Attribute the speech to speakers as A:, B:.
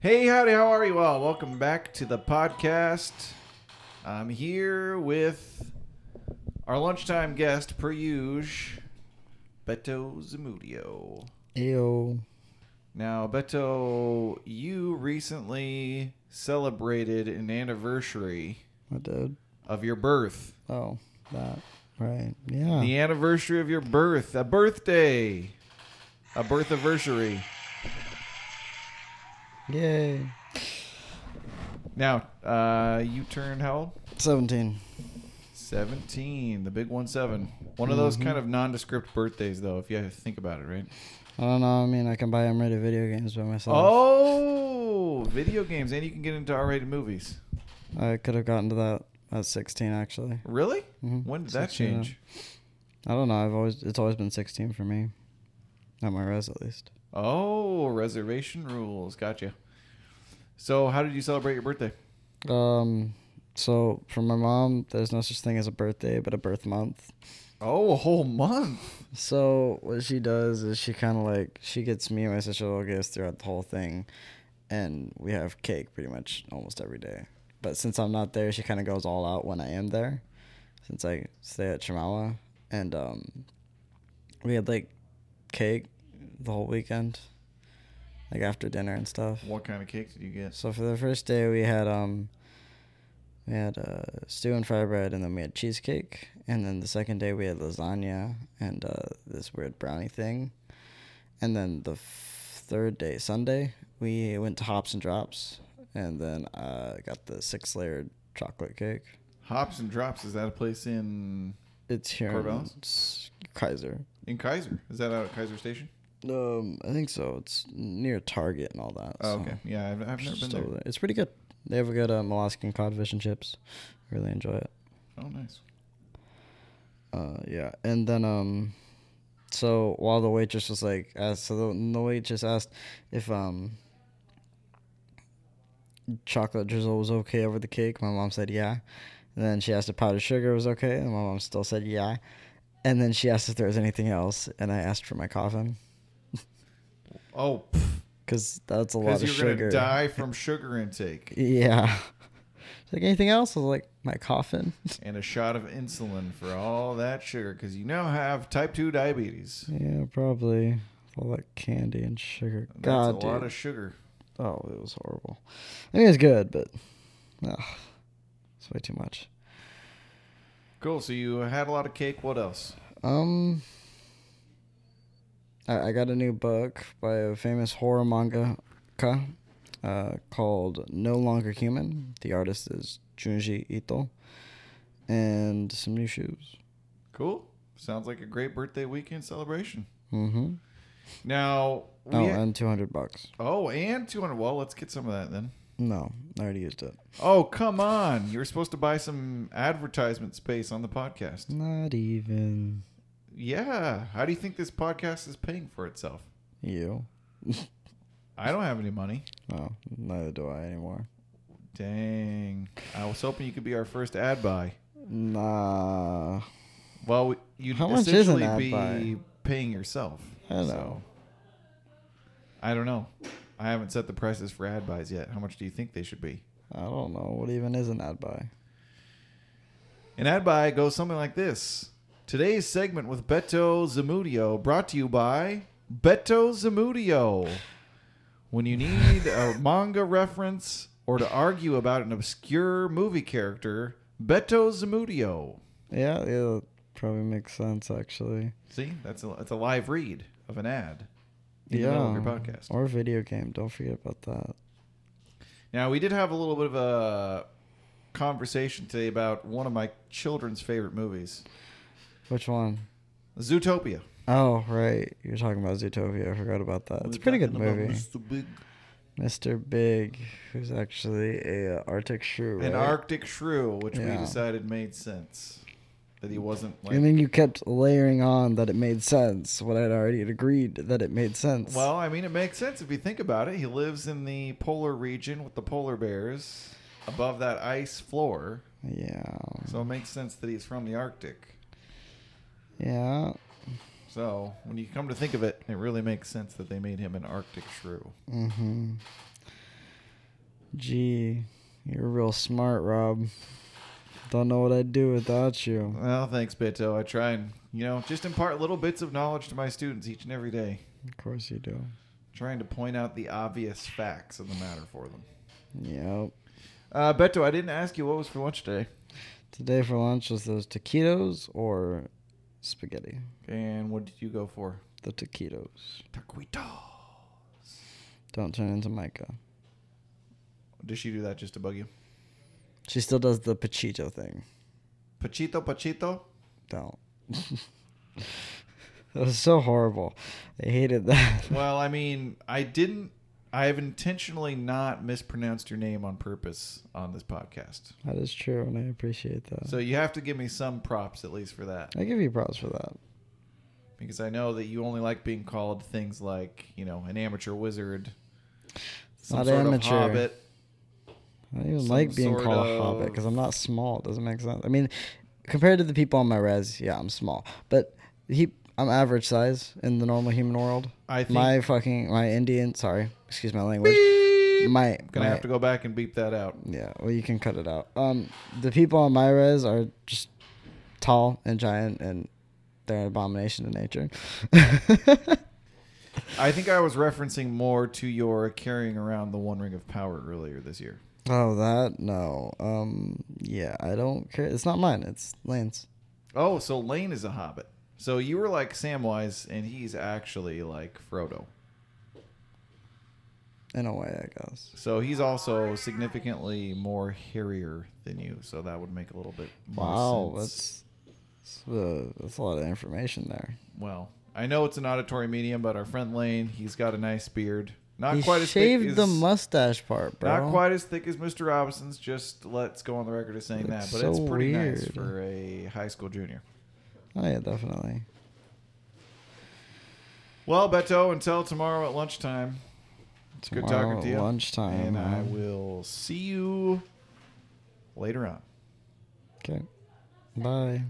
A: Hey, howdy, how are you all? Welcome back to the podcast. I'm here with our lunchtime guest, per usual, Beto Zamudio.
B: Ayo.
A: Now, Beto, you recently celebrated an anniversary
B: I did.
A: of your birth.
B: Oh, that. Right. Yeah.
A: The anniversary of your birth, a birthday, a birth anniversary.
B: Yay.
A: Now, uh, you turned how old?
B: 17.
A: 17, the big one seven. One of
B: Mm-hmm.
A: those kind of nondescript birthdays, though, if you think about it, right?
B: I don't know. I mean, I can buy unrated video games by myself.
A: Oh, video games, and you can get into R rated movies.
B: I could have gotten to that at 16, actually.
A: Really?
B: Mhm.
A: When did that
B: 16, yeah.
A: change?
B: I don't know. I've always, it's always been 16 for me. At my res, at least.
A: Oh, reservation rules. Gotcha. So, how did you celebrate your birthday?
B: Um, so for my mom, there's no such thing as a birthday, but a birth month.
A: Oh, a whole month.
B: So what she does is she kind of like she gets me and my sister little gifts throughout the whole thing, and we have cake pretty much almost every day. But since I'm not there, she kind of goes all out when I am there, since I stay at Chimawa, and um, we had like cake the whole weekend, like after dinner and stuff.
A: What kind of cake did you get?
B: So for the first day, we had um, we had uh, stew and fry bread, and then we had cheesecake, and then the second day we had lasagna and uh, this weird brownie thing, and then the f- third day, Sunday, we went to Hops and Drops, and then uh, got the six layered chocolate cake.
A: Hops and Drops. Is that a place in
B: It's here in
A: Corvallis?
B: S- Kaiser.
A: in Kaiser? Is that out at Kaiser Station?
B: Um, I think so. It's near Target and all that.
A: Oh,
B: so
A: okay. Yeah, I've, I've never
B: just
A: been
B: over
A: there.
B: there. It's pretty good. They have a good uh, molluscan codfish and chips. Really enjoy it.
A: Oh, nice.
B: Uh, yeah, and then um, so while the waitress was like, asked, so the, the waitress asked if um, chocolate drizzle was okay over the cake. My mom said yeah, and then she asked if powdered sugar was okay, and my mom still said yeah, and then she asked if there was anything else, and I asked for my coffin
A: Oh,
B: because that's a lot
A: because
B: of
A: you're
B: sugar.
A: gonna die from sugar intake
B: Yeah. She's like anything else? I was like my coffin.
A: and a shot of insulin for all that sugar because you now have type two diabetes.
B: yeah, probably all that candy and sugar.
A: That's
B: God,
A: a lot
B: dude.
A: of sugar.
B: Oh, it was horrible. I mean, it was good, but ugh, it's way too much.
A: Cool. So you had a lot of cake. What else?
B: Um, I, I got a new book by a famous horror manga ka, uh, called No Longer Human. The artist is Junji Ito, and some new shoes.
A: Cool. Sounds like a great birthday weekend celebration.
B: Mm-hmm.
A: Now, we
B: Oh,
A: ha-
B: and two hundred bucks.
A: oh, and 200. Well, let's get some of that then.
B: No, I already used it.
A: Oh, come on. You were supposed to buy some advertisement space on the podcast.
B: Not even
A: Yeah. How do you think this podcast is paying for itself?
B: you.
A: I don't have any money.
B: No, neither do I anymore.
A: Dang. I was hoping you could be our first ad buy.
B: Nah.
A: Well, we- you'd
B: How much is an
A: essentially
B: ad
A: be
B: buy?
A: paying yourself.
B: I don't
A: So,
B: know.
A: I don't know. I haven't set the prices for ad buys yet. How much do you think they should be?
B: I don't know. What even is an ad buy?
A: An ad buy goes something like this. Today's segment with Beto Zamudio brought to you by Beto Zamudio. When you need a manga reference or to argue about an obscure movie character, Beto Zamudio.
B: Yeah, yeah, that probably makes sense actually.
A: See, that's a, that's a live read of an ad in the middle of your podcast.
B: Or video game. Don't forget about that.
A: Now, we did have a little bit of a conversation today about one of my children's favorite movies,
B: Which one?
A: Zootopia.
B: Oh, right. You're talking about Zootopia. I forgot about that. It's a pretty good movie. Mr. Big, who's actually a uh, Arctic shrew, right?
A: An Arctic Shrew, which we
B: Yeah.
A: decided made sense. That he wasn't like.
B: and then you kept layering on that it made sense when I'd already agreed that it made sense.
A: well, I mean, it makes sense if you think about it. He lives in the polar region with the polar bears above that ice floor.
B: yeah,
A: So it makes sense that he's from the Arctic.
B: yeah.
A: So when you come to think of it, it really makes sense that they made him an Arctic shrew.
B: Mm-hmm. Gee, you're real smart, Rob. Don't know what I'd do without you.
A: Well, thanks, Beto. I try and, you know, just impart little bits of knowledge to my students each and every day,
B: Of course you do.
A: trying to point out the obvious facts of the matter for them.
B: Yep.
A: Uh, Beto, I didn't ask you what was for lunch today.
B: Today for lunch was those taquitos or spaghetti.
A: And what did you go for?
B: The taquitos.
A: Taquito.
B: Don't turn into Micah.
A: Does she do that just to bug you?
B: She still does the pachito thing.
A: Pachito, Pachito.
B: Don't. that was so horrible. I hated that.
A: Well, I mean, I didn't. I have intentionally not mispronounced your name on purpose on this podcast.
B: That is true, and I appreciate that.
A: So you have to give me some props, at least for that.
B: I give you props for that.
A: Because I know that you only like being called things like, you know, an amateur wizard, some
B: Not
A: sort
B: amateur.
A: of hobbit.
B: I don't even
A: Some
B: like being
A: sort
B: called a hobbit
A: of-
B: because I'm not small. It doesn't make sense. I mean, compared to the people on my res, yeah, I'm small, but he, I'm average size in the normal human world.
A: I think-
B: my fucking my Indian. Sorry, excuse my language. My
A: I'm gonna
B: my-
A: have to go back and beep that out.
B: Yeah, well, you can cut it out. Um, the people on my res are just tall and giant, and they're an abomination to nature.
A: I think I was referencing more to your carrying around the One Ring of Power earlier this year.
B: oh, that no. Um, yeah, I don't care. It's not mine. It's Lane's.
A: Oh, so Lane is a hobbit. So you were like Samwise, and he's actually like Frodo.
B: In a way, I guess.
A: So he's also significantly more hairier than you. So that would make a little bit more
B: Wow,
A: sense.
B: that's that's, uh, that's a lot of information there.
A: well. I know it's an auditory medium, but our friend Lane, he's got a nice beard. Not
B: he
A: quite as
B: shaved
A: thick as,
B: the mustache part, bro.
A: Not quite as thick as Mr. Robinson's. Just let's go on the record as saying
B: That's
A: that, but
B: so
A: it's pretty nice
B: weird.
A: for a high school junior.
B: Oh yeah, definitely.
A: Well, Beto, until tomorrow at lunchtime. It's good talking
B: Tomorrow
A: to you.
B: Lunchtime.
A: and I
B: man.
A: will see you later on.
B: Okay. Bye.